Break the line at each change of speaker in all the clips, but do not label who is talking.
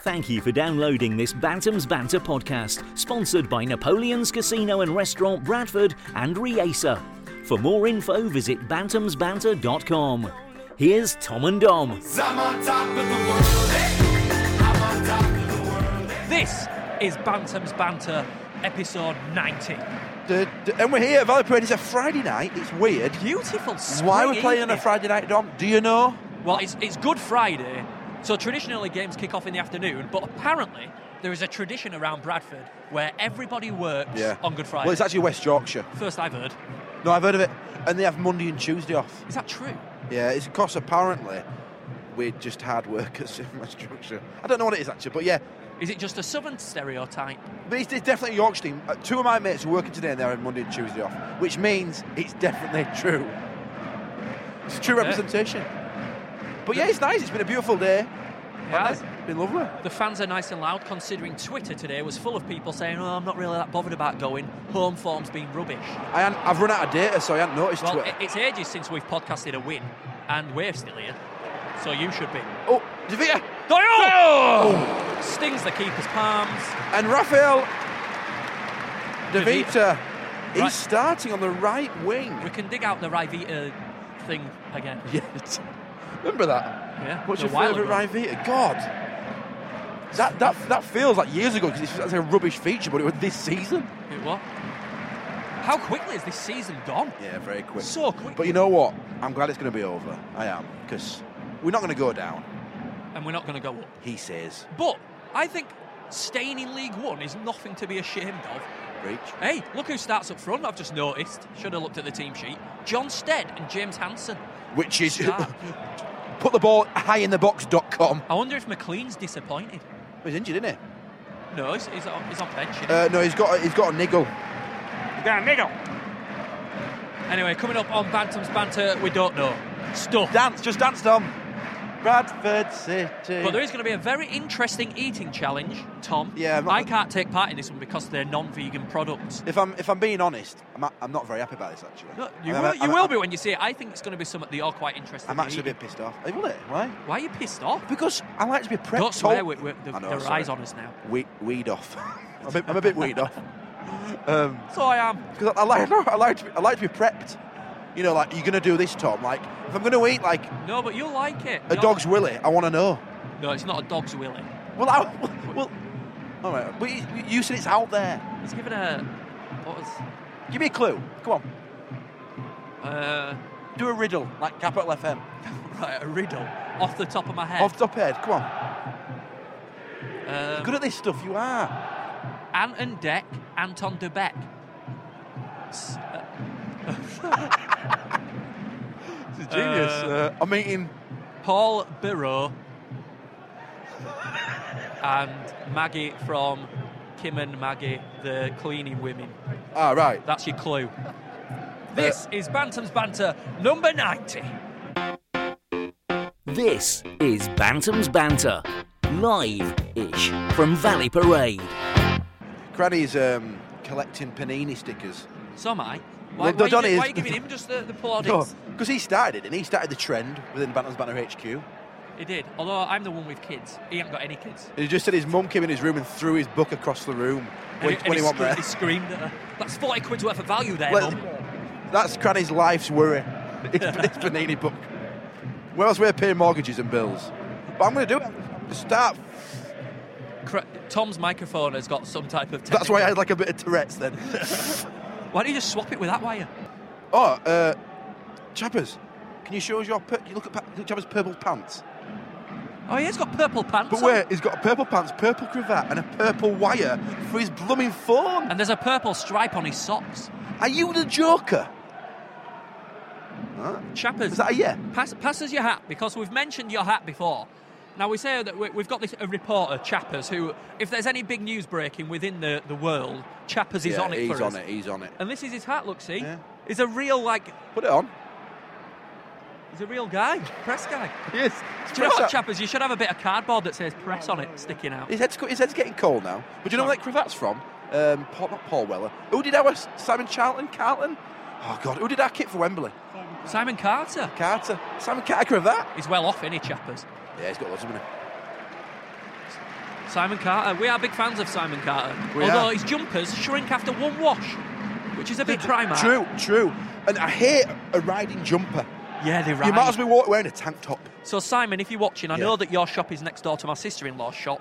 Thank you for downloading this Bantams Banter podcast, sponsored by Napoleon's Casino and Restaurant Bradford and Riesa. For more info, visit bantamsbanter.com. Here's Tom and Dom.
I'm on top of the world. eh? I'm on top of the world. eh?
This is Bantam's Banter, episode 90.
D- d- and we're here. Valley Parade is a Friday night. It's weird.
Beautiful spring
Why we're playing on a
evening.
Friday night, Dom? Do you know?
Well, it's, it's Good Friday, so traditionally games kick off in the afternoon, but apparently there is a tradition around Bradford where everybody works on Good Friday.
Well, it's actually West Yorkshire.
First I've heard.
No, I've heard of it. And they have Monday and Tuesday off.
Is that true?
Yeah, it's because apparently we're just hard workers in West Yorkshire. I don't know what it is actually, but yeah.
Is it just a southern stereotype?
But it's, it's definitely a Yorkshire team. Uh, two of my mates are working today and they're on Monday and Tuesday off, which means it's definitely true. It's true representation. But yeah, it's nice. It's been a beautiful day.
has.
It's been lovely.
The fans are nice and loud considering Twitter today was full of people saying, oh, I'm not really that bothered about going, home form's been rubbish.
I hadn't- I've run out of data, so I hadn't noticed
Well,
Twitter.
it- it's ages since we've podcasted a win, and we're still here, so you should be.
Oh, Davia
Doyle! Stings the keeper's palms.
and Rafael
De
De
Vita.
Vita. He's
Right.
starting on the right wing.
We can dig out the Rivita thing again.
Yes. Remember that?
Yeah,
What's
it
your
was a while
favourite
ago.
Rivita? God. That, that, that feels like years ago because it's like a rubbish feature, but it was this season.
It was. How quickly is this season gone?
Yeah, very quick.
So quick.
But you know what? I'm glad it's going to be over. I am because we're not going to go down.
And we're not going to go up.
He says,
But I think staying in League One is nothing to be ashamed of.
"Reach."
Hey, look who starts up front, I've just noticed. Should have looked at the team sheet. John Stead and James Hanson.
Which is
Start.
put the ball high in the box.com.
I wonder if McLean's disappointed.
He's injured, isn't he?
No, he's, he's, on, he's on bench. isn't he?
Uh, no, he's got he's got a niggle.
Anyway, coming up on Bantam's Banter, we don't know. Stuff.
Dance, just dance, Tom. Bradford City.
But there is going to be a very interesting eating challenge, Tom.
Yeah, I'm not-
I can't take part in this one because they're non-vegan products.
if I'm if I'm being honest, I'm, a- I'm not very happy about this actually.
No, you
I'm-
will,
I'm-
you
I'm-
will be when you see it. I think it's going to be something that you're quite interested
I'm
in.
actually a
eating.
bit pissed off. Hey, will it? Why?
Why are you pissed off?
Because I like to be prepped.
Don't
so-
swear, we're, we're, the,
I know,
their
sorry.
eyes on us now.
Weed, weed off. I'm, a bit, I'm a bit weed off. Um,
So I am.
because I, I like no, I like to be, I like to be prepped. You know, like you're gonna do this, Tom. Like if I'm gonna eat like a
No, but you like it. No.
dog's willy, I want to know.
No, it's not a dog's willy.
Well, I, well, all right. But you, you said it's out there.
It's given a. What was?
Give me a clue. Come on.
Uh,
Do a riddle like Capital FM.
right, a riddle off the top of my head.
Off the top head. Come on.
Um,
Good at this stuff, you are.
Ant and Deck, Anton de Beck. S- uh,
This is Uh,
genius.
I'm eating.
Paul Burrow and Maggie from Kim and Maggie, the cleaning women.
Ah, right.
That's your clue. This is Bantam's Banter number 90.
This is Bantams Banter, live ish from Valley Parade.
Granny's um, collecting panini stickers.
So am I. Why,
No,
why,
don't
are you,
it
why
is-
you giving him just the, the
No,
plaudits?
because he started it, and he started the trend within Bantam's Banner HQ. And
He did. Although I'm the one with kids. He ain't got any kids.
he just said his mum came in his room and threw his book across the room
And
when,
he,
when
and
he
he,
went
scre-
there.
he screamed at her. That's 40 quid's worth of value there,
Well,
Mum."
that's Cranny's life's worry. It's his panini book. Where else we're paying mortgages and bills. But I'm going to do it. Start.
Cra- Tom's microphone has got some type of.
That's why I had like a bit of Tourette's then.
Why don't you just swap it with that wire?
Oh, uh, Chappers, can you show us your? Pur- you look at pa- look at Chappers' purple pants.
Oh, he has got purple pants.
But
on.
wait, he's got a purple pants, purple cravat, and a purple wire for his blooming phone.
And there's a purple stripe on his socks.
Are you the Joker?
Chappers,
Is that a yeah?
pass, pass us your hat because we've mentioned your hat before. Now we say that we, we've got this a reporter, Chappers, who, if there's any big news breaking within the, the world, Chappers is on it
he's
for
on
us.
it. He's on it.
And this is his hat. Look, see,
Yeah.
he's a real like,
Put it on.
he's a real guy, press guy.
Yes.
Do you know what, Chappers? You should have a bit of cardboard that says press on it sticking out.
His head's, co- his head's getting cold now. But do you know where that cravat's from? Um, Paul, not Paul Weller. Who did our S- Simon Charlton? Carlton? Oh God, who did our kit for Wembley?
Simon Carter.
Carter. Simon Carter cravat.
He's well off, any Chappers?
Yeah, he's got lots of money.
Simon Carter. We are big fans of Simon Carter.
We
Although
are.
his jumpers shrink after one wash, which is a bit Primark.
True, true. And I hate a riding jumper.
Yeah, they ride.
You might as well walk wearing a tank top.
So, Simon, if you're watching, I
Yeah.
know that your shop is next door to my sister in law's shop.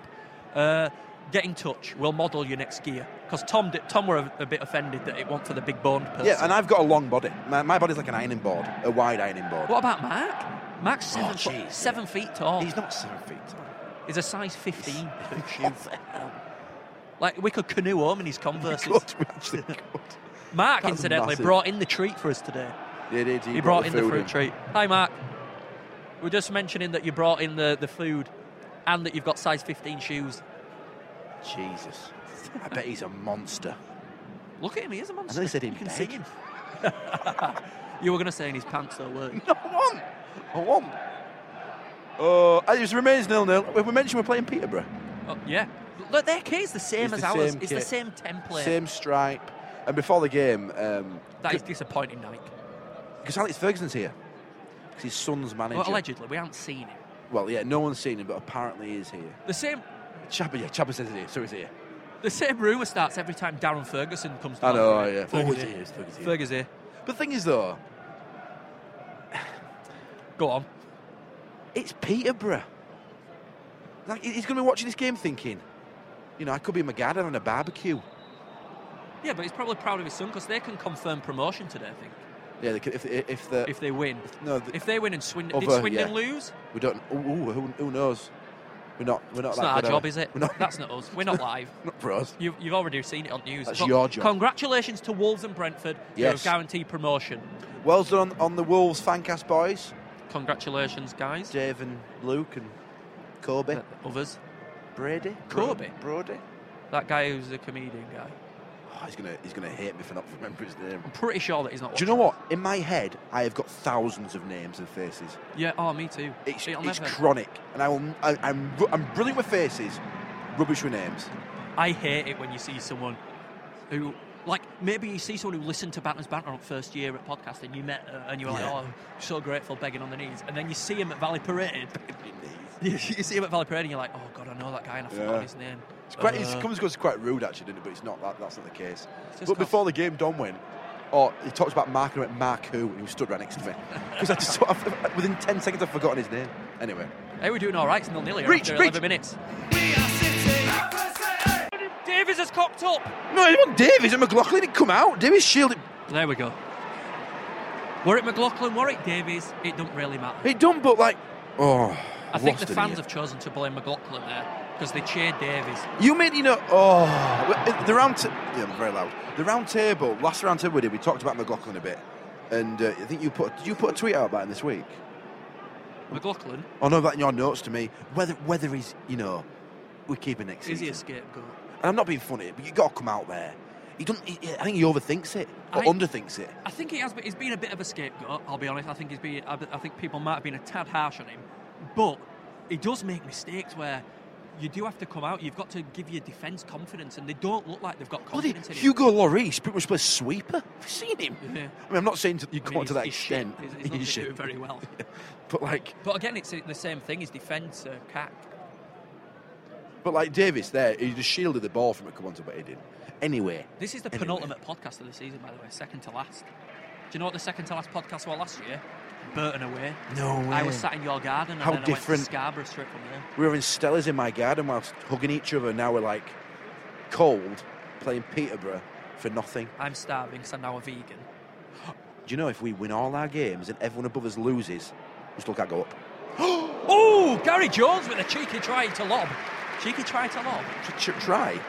Uh, get in touch. We'll model your next gear. Because Tom, did, Tom were a, a bit offended that it wasn't for the big boned person.
Yeah, and I've got a long body. My, my body's like an ironing board, a wide ironing board.
what about Mark? Mark's
Oh,
seven, foot-
jeez.
seven feet tall.
He's not seven feet tall.
He's a size 15 boot shoe. Like, we could canoe home in his Converse.
Good, we actually good.
Mark,
That's
incidentally,
massive.
brought in the treat for us today.
Yeah, did.
He, brought, in the
food
fruit treat. Hi, Mark. We're just mentioning that you brought in the, the food and that you've got size 15 shoes.
Jesus. I bet he's a monster.
Look at him, he is a monster.
I know he said
you
in
can
bed.
see him. you were going to say in his pants, though, weren't you?
No, I won. I won. Uh, and it remains nil nil. We we mentioned we're playing Peterborough.
Oh, yeah. Look, their kit's the same as
It's the
ours.
same
it's the
kit.
same template.
Same stripe. And before the game, um,
That is disappointing, Nike.
because Alex Ferguson's here, 'Cause his son's manager.
Well, allegedly, we haven't seen him.
Well, yeah, no one's seen him, but apparently he's here.
The same
Chapa, yeah, Chapa says he's here, so he's here.
the same rumour starts every time Darren Ferguson comes
I
down.
know,
doesn't it?
Oh, yeah.
Ferg's
Fergus
here.
is, Fergus is.
Ferg's here.
But the thing is, though,
Go on.
it's Peterborough. Like, he- he's going to be watching this game thinking, you know, I could be in my garden on a barbecue.
Yeah, but he's probably proud of his son because they can confirm promotion today, I think,
Yeah, they could, if, if the.
if they win.
no, the,
If they win and Swindon, did
Other,
Swindon
yeah.
lose?
we don't. Ooh, ooh, who, who knows? We're not. We're not
It's
that
not our
good, are
job,
we?
is it?
We're not,
That's not us. We're not live.
not for us.
You've, you've already seen it on news.
That's your job.
Congratulations to Wolves and Brentford, who have
Yes.
guaranteed promotion.
Well done on the Wolves fancast boys,
Congratulations, guys.
Dave and Luke and Kobe.
Uh, Others.
Brady.
Kobe?
Brody.
That guy who's a comedian guy.
Oh, he's gonna he's gonna hate me for not remembering his name.
I'm pretty sure that he's not.
Do you know what? In my head, I have got thousands of names and faces.
watching. Yeah. Oh, me too.
It's,
It'll
it's
never-
chronic, and I will. I, I'm ru- I'm brilliant with faces, rubbish with names.
I hate it when you see someone who, like, maybe you see someone who listened to Banter's Banter on first year at podcast and you met her and you were
Yeah.
like, oh, so grateful, begging on the knees. And then you see him at Valley Parade. you see him at Valley Parade and you're like, oh, God, I know that guy and I forgot
Yeah.
his name.
It's quite. it's,
Uh,
comes across as quite rude, actually, doesn't it? But it's not. That, that's not the case.
just
But
can't-
before the game, Don went. Oh, he talked about Mark and I went Mark who, and he stood right next to me because I just I've, within ten seconds I've forgotten his name. Anyway,
Hey, we're doing all right. It's nil nil here
Reach,
after
reach.
11 minutes. Davies has cocked up.
no, it wasn't Davies and McLaughlin had come out. Davies shielded.
There we go. Were it McLaughlin, were it Davies, it don't really matter.
He done, but like, oh,
I think the
lost it
fans
here.
have chosen to blame McLaughlin there because they cheered Davies.
You made you know. Oh, the round. T- yeah, I'm very loud. The round table. Last round table we did. We talked about McLaughlin a bit, and uh, I think you put. Did you put a tweet out about him this week?
McLaughlin,
Oh no, that in your notes to me. Whether whether he's you know, we keep him next
is he
season.
a scapegoat?
And I'm not being funny, but you got to come out there. He don't. He, I think he overthinks it or
I-
underthinks it.
I think he has. He's been a bit of a scapegoat. I'll be honest. I think he's been. I I think people might have been a tad harsh on him, but he does make mistakes where you do have to come out. You've got to give your defence confidence, and they don't look like they've got
Bloody
confidence in him.
Hugo Lloris pretty much plays sweeper. Have you seen him?
Yeah.
I mean, I'm not saying to, you
I
come
mean,
on to
he's-
that
he's shit.
extent.
He's, he's not
He's
doing
shit.
very well.
But like,
But again, it's the same thing. His defence, uh, cack.
but like Davis there, he just shielded the ball from it. Come on to, but he didn't. Anyway,
This is the
Anyway.
penultimate podcast of the season, by the way, second to last. Do you know what the second to last podcast was last year? Burton away.
no
I was sat in your garden, and
How
then I went
different.
to Scarborough straight from there.
We were in Stella's in my garden whilst hugging each other. Now we're like cold, playing Peterborough for nothing.
I'm starving because I'm now a vegan.
Do you know if we win all our games and everyone above us loses, we still can't go up?
Oh, Gary Jones with a cheeky try to lob. Cheeky try to lob.
Ch- ch- try.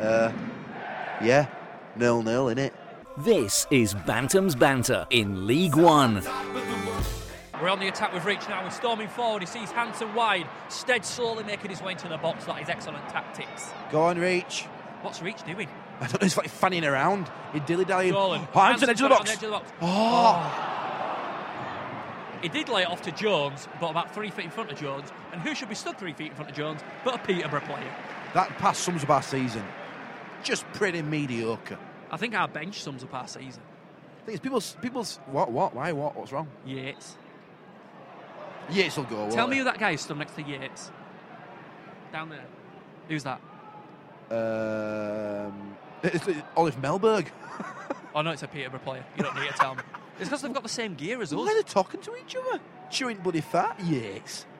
Uh, yeah, nil nil in it.
This is Bantam's Banter in League One.
We're on the attack with Reach now. We're storming forward. He sees Hanson wide. Stead slowly making his way into the box. That is excellent tactics.
Go on, reach.
What's Reach doing?
I don't know. It's like fanning around. He dilly dallying.
Dolan.
oh, Hands on edge of the
got it
box.
on the edge of the box. Oh.
Oh,
He did lay it off to Jones, but about three feet in front of Jones. And who should be stood three feet in front of Jones but a Peterborough player?
that pass sums up our season. Just pretty mediocre.
I think our bench sums up our season.
Thing is, people, people, what, what, why, what, what's wrong?
Yates.
Yates will go. won't
Tell me
he?
who that guy is stood next to Yates. Down there. Who's that?
Um, it's, it's Olive Melberg.
Oh, no, it's a Peterborough player. You don't need to tell me. It's because they've got the same gear as
Why are
us.
they talking to each other? Chewing bloody fat. Yates.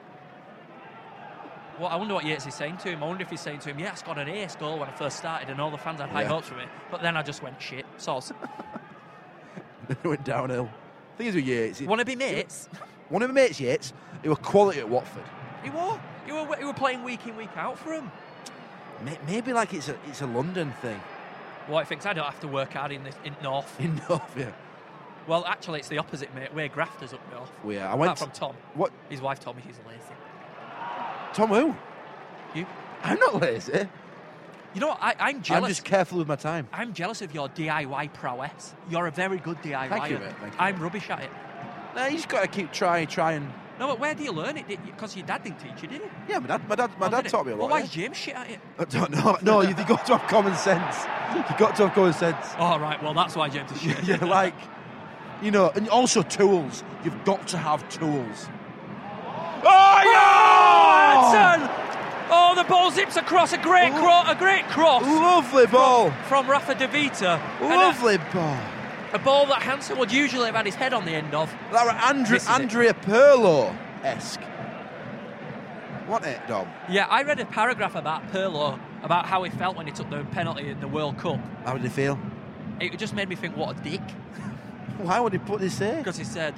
Well, I wonder what Yates is saying to him. I wonder if he's saying to him, yes, got an ace goal when I first started and all the fans had high
Yeah.
hopes for me. But then I just went, shit, soz.
it went downhill. Thing is with Yates, he-
Want to be mates?
one of my mates Yates, he was quality at Watford.
He were. You were, you were playing week in, week out for him.
May- Maybe like it's a it's a London thing.
Well, he thinks I don't have to work hard in, the, in North.
In North, yeah.
Well, actually, it's the opposite, mate. We're grafters up North.
We are. I
Apart
went.
from Tom.
what?
His wife told me she's lazy.
Tom who?
You?
I'm not lazy.
You know what? I, I'm jealous.
I'm just careful with my time.
I'm jealous of your DIY prowess. You're a very good DIY.
Thank you, mate. Thank you,
I'm
mate.
rubbish at it.
No, you just got to keep trying, trying.
No, but where do you learn it? Because your dad didn't teach you, did he?
Yeah, my dad, my dad, my
Oh,
dad
did he?
taught me a lot.
Well, why
yeah.
is James shit at it?
I don't know. No, you have got to have common sense. You got to have common sense.
Oh, right. Well, that's why James is shit. at it.
yeah, like you know, and also tools. You've got to have tools. Oh yeah!
Hanson! Oh, the ball zips across a great,
Ooh.
cro- a great cross
Lovely ball.
from Rafa De Vita. And a-
Lovely ball.
A, ball that Hansen would usually have had his head on the end of.
That were Andre,
Misses it.
Andrea Perlo esque. What it, Dom?
Yeah, I read a paragraph about Perlo about how he felt when he took the penalty in the World Cup.
How did he feel?
It just made me think, what a dick.
Why would he put this here?
because he said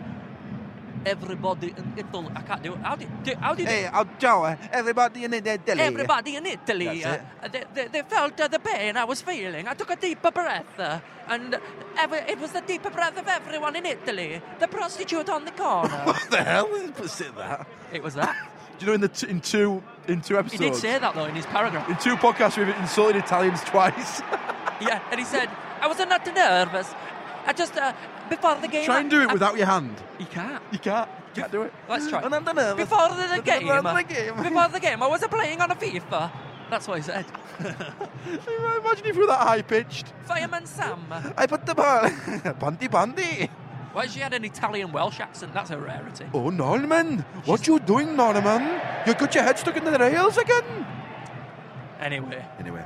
everybody in Italy. I can't do it. How did do, how did
Hey, I'll tell everybody in the Delhi.
everybody in Italy?
That's
uh, they, they, they felt uh, the pain I was feeling. I took a deeper breath, uh, and every, it was the deeper breath of everyone in Italy. The prostitute on the corner.
What the hell? He put sit that.
it was that.
Do you know in the t- in two in two
He
episodes?
did say that though in his paragraph.
in two podcasts we've insulted Italians twice.
Yeah, and he said I was not nervous. I just uh, before the game.
Try
I-
and do it
I-
without your hand.
He can't.
You can't. Can't do it.
Let's try.
Another nervous.
Before the game,
Another game.
before the game, I was playing on a FIFA. That's what he said.
Imagine if you were that high pitched.
Fireman Sam.
I put the ball. Bundy, bundy.
Why she had an Italian Welsh accent? That's a rarity.
Oh, Norman. What you doing, Norman? You got your head stuck in the rails again.
Anyway,
Anyway.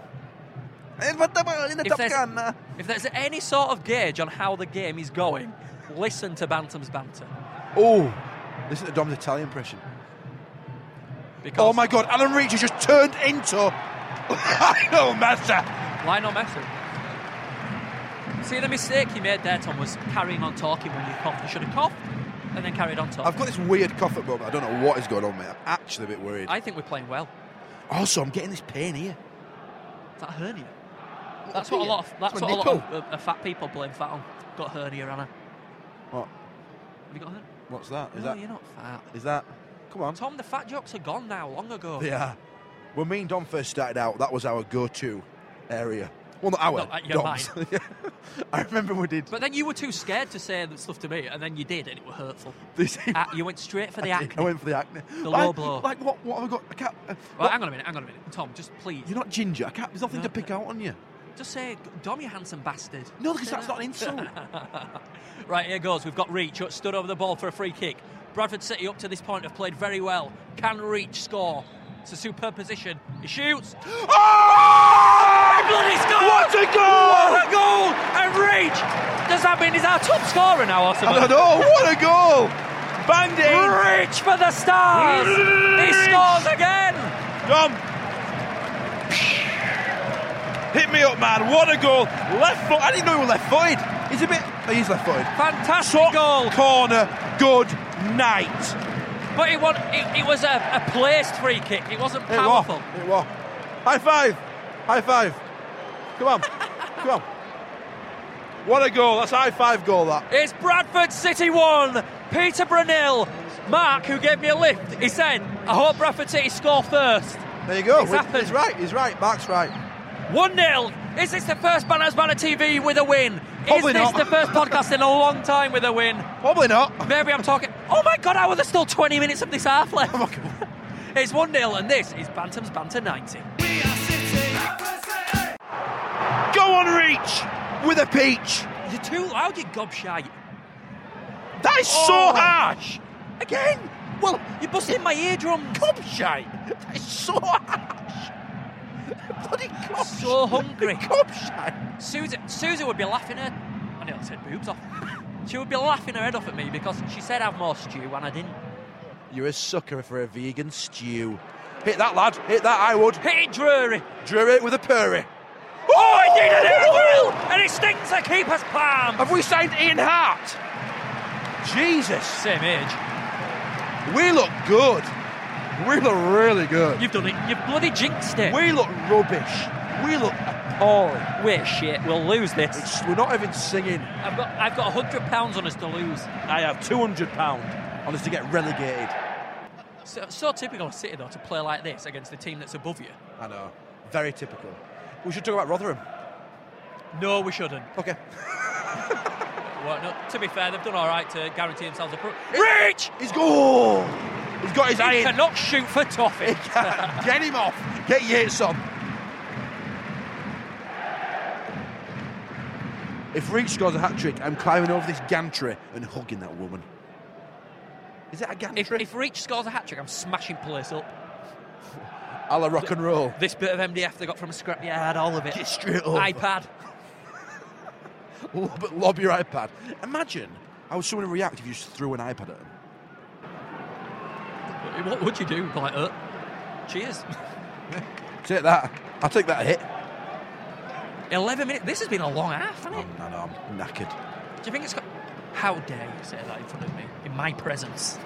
I put the ball in the
If
top
there's-
corner.
if there's any sort of gauge on how the game is going, listen to Bantam's banter.
Oh. Listen to Dom's Italian impression.
Because
Oh my god, Alan Reach has just turned into Lionel Messi.
Lionel Messi. See, the mistake he made there, Tom, was carrying on talking when you coughed. You should have coughed and then carried on talking.
I've got this weird cough at the moment. I don't know what is going on, mate. I'm actually a bit worried.
I think we're playing well.
Also, I'm getting this pain here.
Is that a hernia? That's what a lot of that's
It's
what
my
a lot
nipple.
of uh, uh, fat people blame fat on. Got hernia, Anna.
What?
Have you got a hernia?
What's that? Is
no,
that?
you're not fat.
Is that? Come on.
Tom, the fat jokes are gone now, long ago.
Yeah. When me and Dom first started out, that was our go-to area. Well, not our.
No, uh, yeah,
Dom's. I remember we did.
But then you were too scared to say the stuff to me, and then you did, and it was hurtful.
This,
Ah, you went straight for the
I did. I
acne.
went for the acne.
The
Like-
low blow.
Like what? What have I got? I can't. Uh,
Well,
what-
hang on a minute, hang on a minute. Tom, just please.
You're not ginger. I can't. There's nothing
No,
to pick out on you.
Just say, Dom, you handsome bastard.
No, because that's not an insult.
Right, here goes. We've got Reach, who stood over the ball for a free kick. Bradford City, up to this point, have played very well. Can Reach score? It's a superb position. He shoots.
oh!
Bloody score!
What a goal!
What a goal! And Reach! Does that mean he's our top scorer now, or
I
something?
don't know. What a goal! Banged in.
Reach for the stars! He
Reach!
scores again!
Dom. Hit me up, man. What a goal. Left foot. I didn't know he was left footed. He's a bit. Oh, he's left footed.
Fantastic
Top
goal!
corner. Good night.
But it was, it, it was a, a placed free kick. It wasn't
It was.
powerful.
It was. High five. High five. Come on. Come on. What a goal. That's a high five goal, that.
It's Bradford City 1, Peterborough nil. Mark, who gave me a lift, he said, I hope Bradford City score first.
There you go.
It's
We-
happened.
He's right. He's right. Mark's right.
1 0. Is this the first Banners Banner TV with a win? Is
Probably
this
not.
the first podcast in a long time with a win?
Probably not.
Maybe I'm talking. Oh my god, how are there still 20 minutes of this half left?
Oh, come on.
It's 1 0, and this is Bantam's Banter 90.
Go on, Reach. With a peach.
You're too loud, you gobshite.
That is
Oh.
so harsh. Again.
Well, you're busting my eardrum.
Cob shite. That is so harsh. Bloody cob
So
shite.
hungry.
Cob shite.
Susie, Susie would be laughing her. I nearly said boobs off. She would be laughing her head off at me because she said have more stew and I didn't.
You're a sucker for a vegan stew. Hit that, lad. Hit that, I would.
Hey, Drury!
Drew it with a purry.
Oh, he did it as well! And it stings the keeper's palm!
Have we signed Ian Hart? Jesus.
Same age.
We look good. We look really good.
You've done it. You've bloody jinxed it.
We look rubbish. We look appalling.
We're shit. We'll lose this.
It's, we're not even singing.
I've got I've got hundred pounds on us to lose.
I have £200 on us to get relegated.
So, so typical of City though to play like this against the team that's above you.
I know. Very typical. We should talk about Rotherham.
No, we shouldn't.
Okay.
Well, no, to be fair, they've done all right to guarantee themselves a pro- Rich.
He's go. He's got his eye
He
in.
cannot shoot for toffee.
Get him off. Get Yates on. If Reed scores a hat trick, I'm climbing over this gantry and hugging that woman. Is it a
if,
gantry?
if Reach scores a hat trick, I'm smashing place up.
a la rock and roll.
This bit of MDF they got from a scrapyard, all of it.
Get straight over.
iPad.
Lob, lob your iPad. Imagine how someone would react if you just threw an iPad at them.
What would you do? Be Like, uh, cheers.
Take that. I'll take that hit.
Eleven minutes. This has been a long half, hasn't it?
Oh, no, no, I'm knackered.
Do you think it's got? How dare you say that in front of me, in my presence?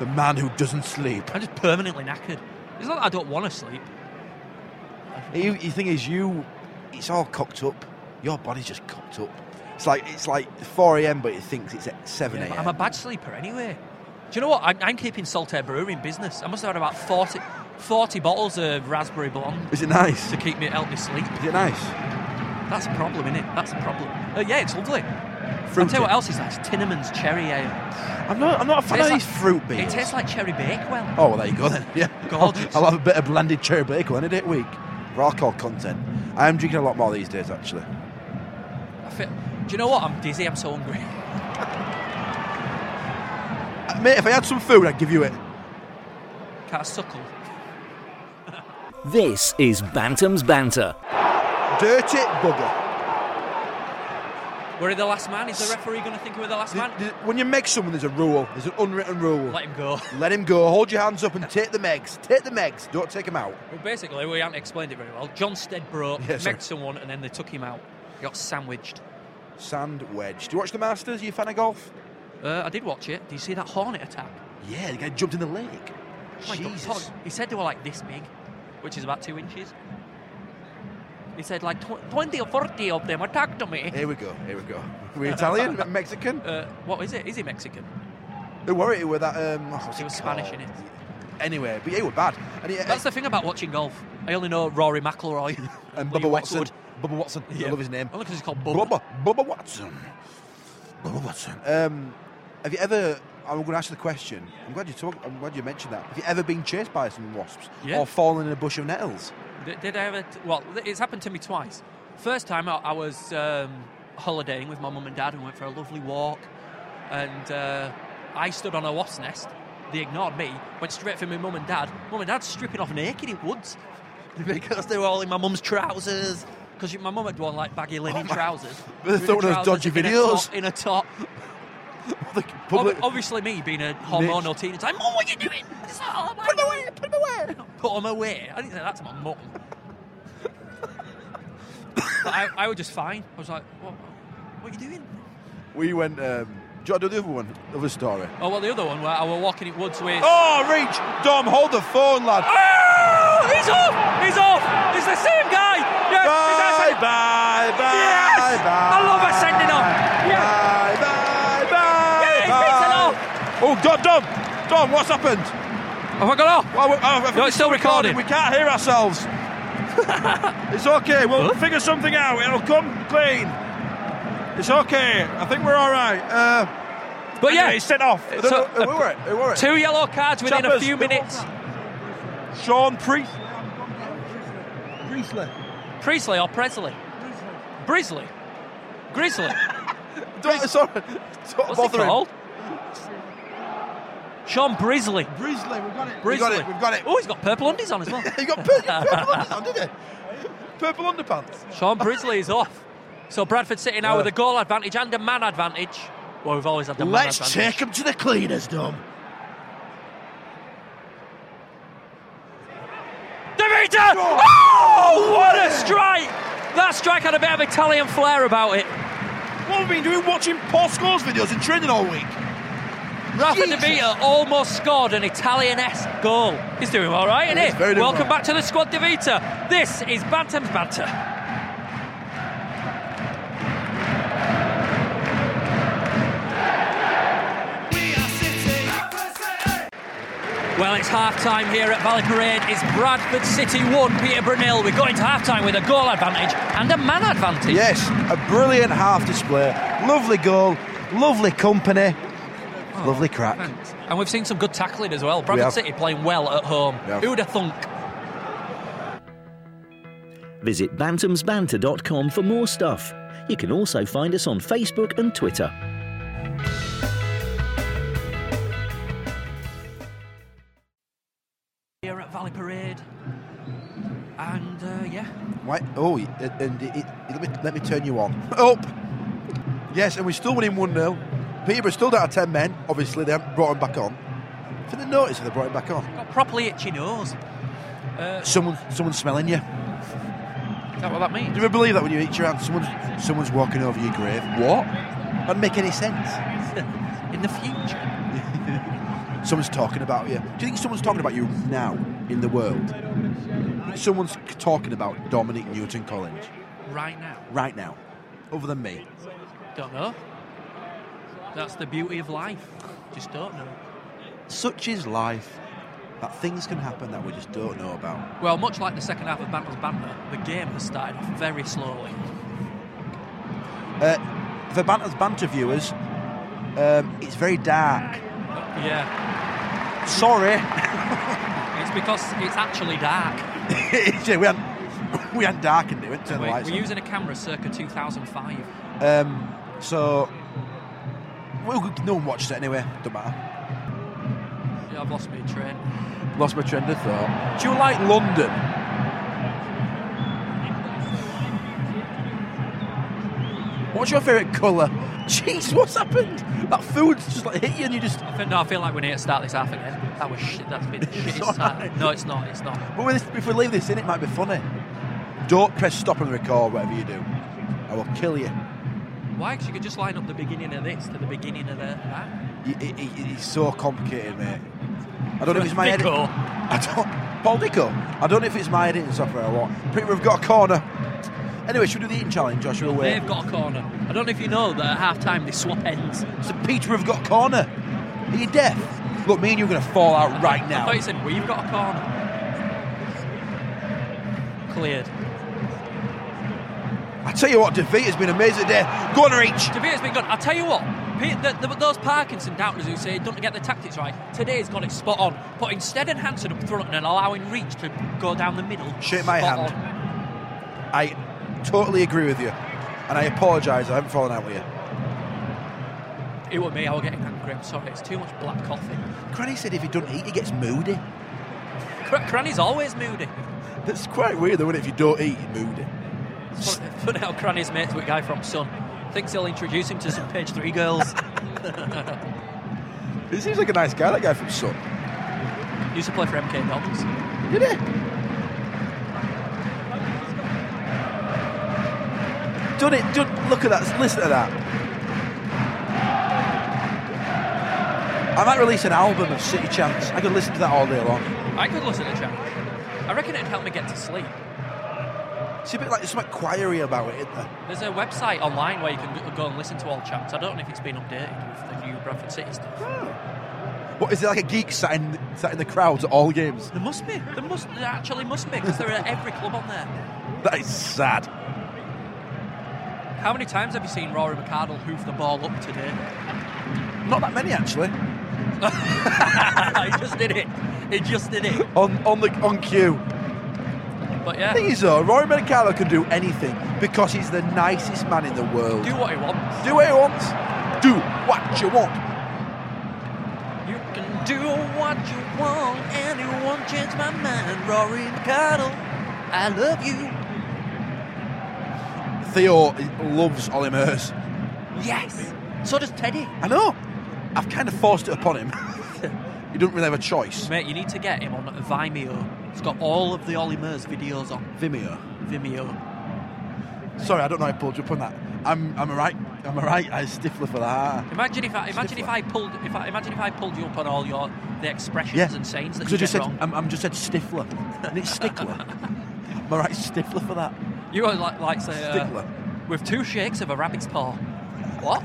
The man who doesn't sleep.
I'm just permanently knackered. It's not that I don't want to sleep.
You, the thing is, you, it's all cocked up. Your body's just cocked up. It's like it's like 4 a.m., but it thinks it's at 7
Yeah,
a.m.
but I'm a bad sleeper anyway. Do you know what? I'm, I'm keeping Saltaire Brewery in business. I must have had about 40, 40 bottles of raspberry blonde
Is it nice?
to keep me help me sleep.
Is it nice?
That's a problem, innit? That's a problem. Uh, yeah, it's lovely. I'll
Fruity.
tell you what else is nice. Tinnaman's cherry ale.
I'm not. I'm not a fan of
Tastes
these fruit beers.
It tastes like cherry bakewell.
Oh well, there you go then. Yeah,
Gorgeous.
I'll, I'll have a bit of blended cherry bacon any day of the week for alcohol content. I am drinking a lot more these days, actually.
I feel, do you know what? I'm dizzy. I'm so hungry.
Uh, Mate, if I had some food, I'd give you it.
Can't suckle.
This is Bantam's Banter.
Dirty bugger.
We're the last man. Is the referee going to think we're the last
Th-
man?
th- When you make someone, there's a rule. There's an unwritten rule.
Let him go.
Let him go. Hold your hands up and take the megs. Take the megs. Don't take them out.
Well, basically, we haven't explained it very well. John Stead broke,
Yeah, sorry.
met someone, and then they took him out. He got sandwiched.
Sand wedge. Do you watch the Masters? Are you a fan of golf?
Uh, I did watch it. Did you see that hornet attack?
Yeah, the guy jumped in the lake.
Oh my God, Todd, he said they were like this big, which is about two inches. He said like tw- 20 or 40 of them attacked me.
Here we go. Here we go. We Italian, Me- Mexican.
Uh, what is it? Is he Mexican?
Who were it? Who Were that? Um, oh, what's
It was Spanish,
called?
innit?
Anyway, but yeah, we're bad. And, he, uh,
That's the thing about watching golf. I only know Rory McIlroy
and
Lee
Bubba Watson.
Westwood.
Bubba Watson. I love his name.
Only 'cause he's called Bubba.
Bubba. Bubba Watson. Bubba Watson. Um, have you ever? I'm going to ask you the question. I'm glad you talk. I'm glad you mentioned that. Have you ever been chased by some wasps
Yeah.
or fallen in a bush of nettles?
Did, did I ever? T- well, th- it's happened to me twice. First time I, I was um, holidaying with my mum and dad and went for a lovely walk, and uh, I stood on a wasp's nest. They ignored me, went straight for my mum and dad. Mum and dad stripping off naked in woods because they were all in my mum's trousers. Because my mum had worn like baggy linen trousers.
Oh They're
Linen
throwing us
trousers
dodgy
in a
videos.
top- In a top.
The
Ob-
public.
obviously, me being a hormonal teenager, it's like, Mum, what are you doing? It's not all Put them away, put them away. Put them away. I didn't say that to my mum. but I, I was just fine. I was like, what, what are you doing?
We went. Um, do you want to do the other one? Other story.
Oh, well, the other one where I were walking in woods with.
Oh, reach! Dom, hold the phone, lad.
Oh, he's off! He's off! It's the same guy! Yes, it's
Bye,
actually-
bye, bye,
Yes!
bye.
I love a sending off. Yeah.
Bye, bye, bye.
Yeah, he's
bye.
bitten off.
Oh, God, Dom. Dom, what's happened?
Have I got off?
Well, we- oh, if
No, it's still recording.
We can't hear ourselves. it's okay. We'll
Huh?
figure something out. It'll come clean. It's okay. I think we're all right. Uh,
But yeah,
he's sent off.
So- uh,
who, who were it? Who were it?
two yellow cards within a
Chappers,
few
who were
minutes.
it? Sean Priest. Priestley.
Priestley or Presley? Brisley. Grizzly.
Don't, sorry. Don't
What's
bother
it
him.
called? Sean Brisley.
Brisley, we've got it.
Brisley.
We've got it. We've got it.
Oh, he's got purple undies on as well.
he got pur- purple underpants on, did he? Purple underpants.
Sean Brisley is off. So Bradford City now
Yeah.
with a goal advantage and a man advantage. Well, we've always had the
Let's
man advantage.
take him to the cleaners, Dom.
Davita!
Oh!
Oh, what a strike! That strike had a bit of Italian flair about it.
What have we been doing? Watching Paul Scholes videos and training all week.
Rafa
Jesus.
Davita almost scored an Italian-esque goal. He's doing all right, isn't
He's
he?
very doing
Welcome
well.
back to the squad, Davita. This is Bantam's Banter. Well, it's half time here at Valley Parade. It's Bradford City 1, Peterborough nil. We go into half time with a goal advantage and a man advantage.
Yes, a brilliant half display. Lovely goal, lovely company, lovely crack.
And we've seen some good tackling as well. Bradford
have.
City playing well at home.
We have.
Who would have thunk?
Visit bantamsbanter.com for more stuff. You can also find us on Facebook and Twitter.
Here at Valley Parade. And uh, yeah,
Right. Oh, y- and, and it, it- let me let me turn you on. Up. Yes, and we still winning one 0 Peterborough still down to ten men. Obviously, they haven't brought him back on. For the notice, that they brought him back on.
got properly itchy nose.
Someone, someone's smelling you.
Is that what that means?
Do you ever believe that when you eat your hand, someone's someone's walking over your grave? What? Doesn't make any sense.
In the future.
Someone's talking about you. Do you think someone's talking about you now in the world? Someone's talking about Dominic Newton Collins
Right now.
right now, other than me.
Don't know. That's the beauty of life. Just don't know.
Such is life that things can happen that we just don't know about.
Well, much like the second half of Bantam's Banter, the game has started off very slowly.
Uh, for Banter's Banter viewers, um, it's very dark.
Yeah,
Sorry.
it's because it's actually dark.
yeah, we hadn't, we hadn't darkened it. We hadn't turned the
We're,
lights
we're
on.
using a camera circa 2005.
Um, so, well, no one watches it anyway. Don't matter.
Yeah, I've lost my train.
Lost my trend of thought. Do you like London? What's your favourite colour? Jeez, what's happened? That food's just like hit you and you just.
I feel, no, I feel like we need to start this half again. That was shit. That's been the shittest
all
start.
right.
No, it's not. It's not.
But with this, if we leave this in, it might be funny. Don't press stop and record, whatever you do. I will kill you.
Why? 'Cause you could just line up the beginning of this to the beginning of the, that.
Y- it- it- it's so complicated, mate. I don't know if it's my edit-
Nico.
I don't. Paul Nico. I don't know if it's my editing software or what. Pretty, we've got a corner. Anyway, should we do the eating challenge or should we wait?
They've got a corner. I don't know if you know that at half time they swap ends.
So Peter, we've got a corner. Are you deaf? Look, me and you are going to fall out right
I
now.
thought you said we've got a corner. Cleared.
I tell you what, defeat has been amazing today. Go on, Reach.
Javier's been good. I'll tell you what, Pe- the, the, those Parkinson doubters who say don't get the tactics right, today's got it spot on. But instead of Hanson up front and allowing Reach to go down the middle,
Shake my
spot
hand.
on.
I totally agree with you. And I apologise, I haven't fallen out with you.
It was me, I was getting angry. I'm sorry, it's too much black coffee.
Granny said if he doesn't eat, he gets moody.
Cr- Cranny's always moody.
That's quite weird, though, isn't it? If you don't eat, you're moody.
Funny, funny how Cranny's mates with a guy from Sun. Thinks he'll introduce him to some page three girls.
He seems like a nice guy, that guy from Sun.
Used to play for MK Dons.
Did he? Done it. Done, look at that. Listen to that. I might release an album of City Chants. I could listen to that all day long.
I could listen to Channel. I reckon it'd help me get to sleep.
It's a bit like there's something choiry about it, isn't there?
There's a website online where you can go- go and listen to all chants. I don't know if it's been updated with the new Bradford City stuff.
What is it like a geek sat in, sat in the crowds at all games?
There must be. There must. There actually must be because there are every club on there.
That is sad.
How many times have you seen Rory McArdle hoof the ball up today?
Not that many actually.
he just did it. He just did it.
On on the on cue.
But
The
yeah,
thing is though, uh, Rory Mercado can do anything because he's the nicest man in the world.
do what he wants.
Do what you want. Do what you want.
You can Do what you want, and it won't change my mind. Rory Cuddle, I love you.
Theo loves Ollie Murs.
Yes. So does Teddy.
I know. I've kind of forced it upon him. he doesn't really have a choice.
Mate, you need to get him on Vimeo. It's got all of the Ollie Murs videos on
Vimeo.
Vimeo.
Sorry, I don't know. how I pulled you up on that. I'm, I'm a right, I'm a right eye stifler for that.
Imagine if I imagine if
Stifler.
I pulled if I imagine if I pulled you up on all your the expressions
Yeah.
and sayings that
Because
you
I just
get
said,
wrong.
I'm, I'm just said stifler, and it's stickler. I'm a right stifler for that.
You were like like say uh,
Stickler.
with two shakes of a rabbit's paw. What?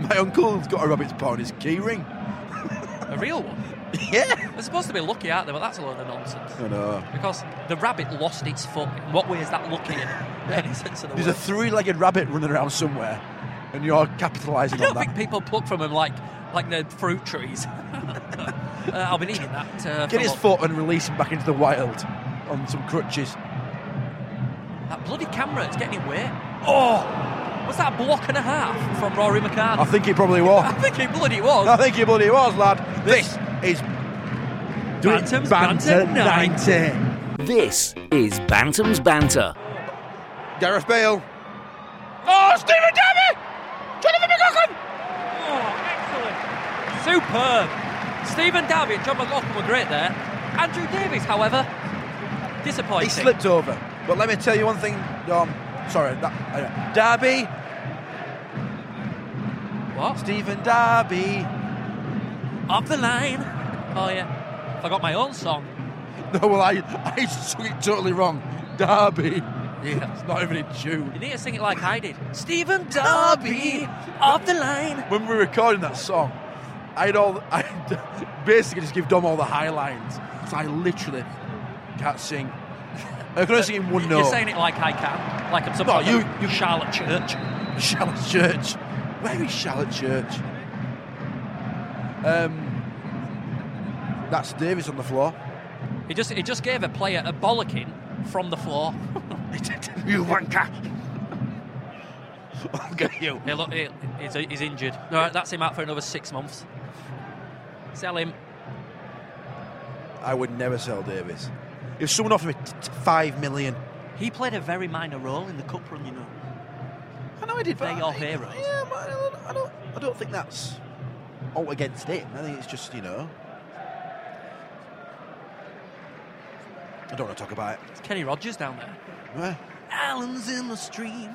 My uncle's got a rabbit's paw in his key ring.
A real one?
Yeah.
They're supposed to be lucky, aren't they? But that's a load of nonsense.
I know.
Because the rabbit lost its foot. In what way is that lucky in any sense of the
There's
word?
a three-legged rabbit running around somewhere, and you're
I
capitalising on
don't
that.
think people pluck from them like like the fruit trees. uh, I'll be needing that. Uh,
Get
for
his
lunch.
foot and release him back into the wild on some crutches.
That bloody camera, it's getting in way. Oh! Was that a block and a half from Rory McCann?
I think he probably
I
was.
think it bloody was.
I think he bloody was, lad. This,
This-
is
Bantam's Banter
90.
This is Bantam's Banter.
Gareth Bale.
Oh, Stephen Derby! Jonathan McLaughlin! Oh, excellent. Superb. Stephen Derby and John McLaughlin were great there. Andrew Davies, however,
He
disappointing.
slipped over. But let me tell you one thing, Dom. Sorry, that, anyway. Derby,
What?
Stephen Derby.
Up the line. Oh, yeah. I got my own song.
No, well, I, I sung it totally wrong. Derby.
Yeah.
It's not even in
You
tune.
need to sing it like I did. Stephen Derby, up the line.
When we were recording that song, I had all, I basically just give Dom all the high lines. So I literally can't sing. I can only sing in one
You're
note.
saying it like I can, like I'm some
No,
sort of
you- you-
Charlotte Church.
Charlotte Church. Where is Charlotte Church? Um, that's Davis on the floor.
He just he just gave a player a bollocking from the floor.
you wanker! I'll get you.
He look, he, he's, he's injured. All right, that's him out for another six months. Sell him.
I would never sell Davis. If someone offered me t- t- five million,
He played a very minor role in the cup run, you know.
I know I did.
They're
but
your
I-
heroes.
Yeah, but I don't, I don't. I don't think that's all against him. I think it's just you know. I don't want to talk about it.
It's Kenny Rogers down there.
Eh.
Alan's in the stream.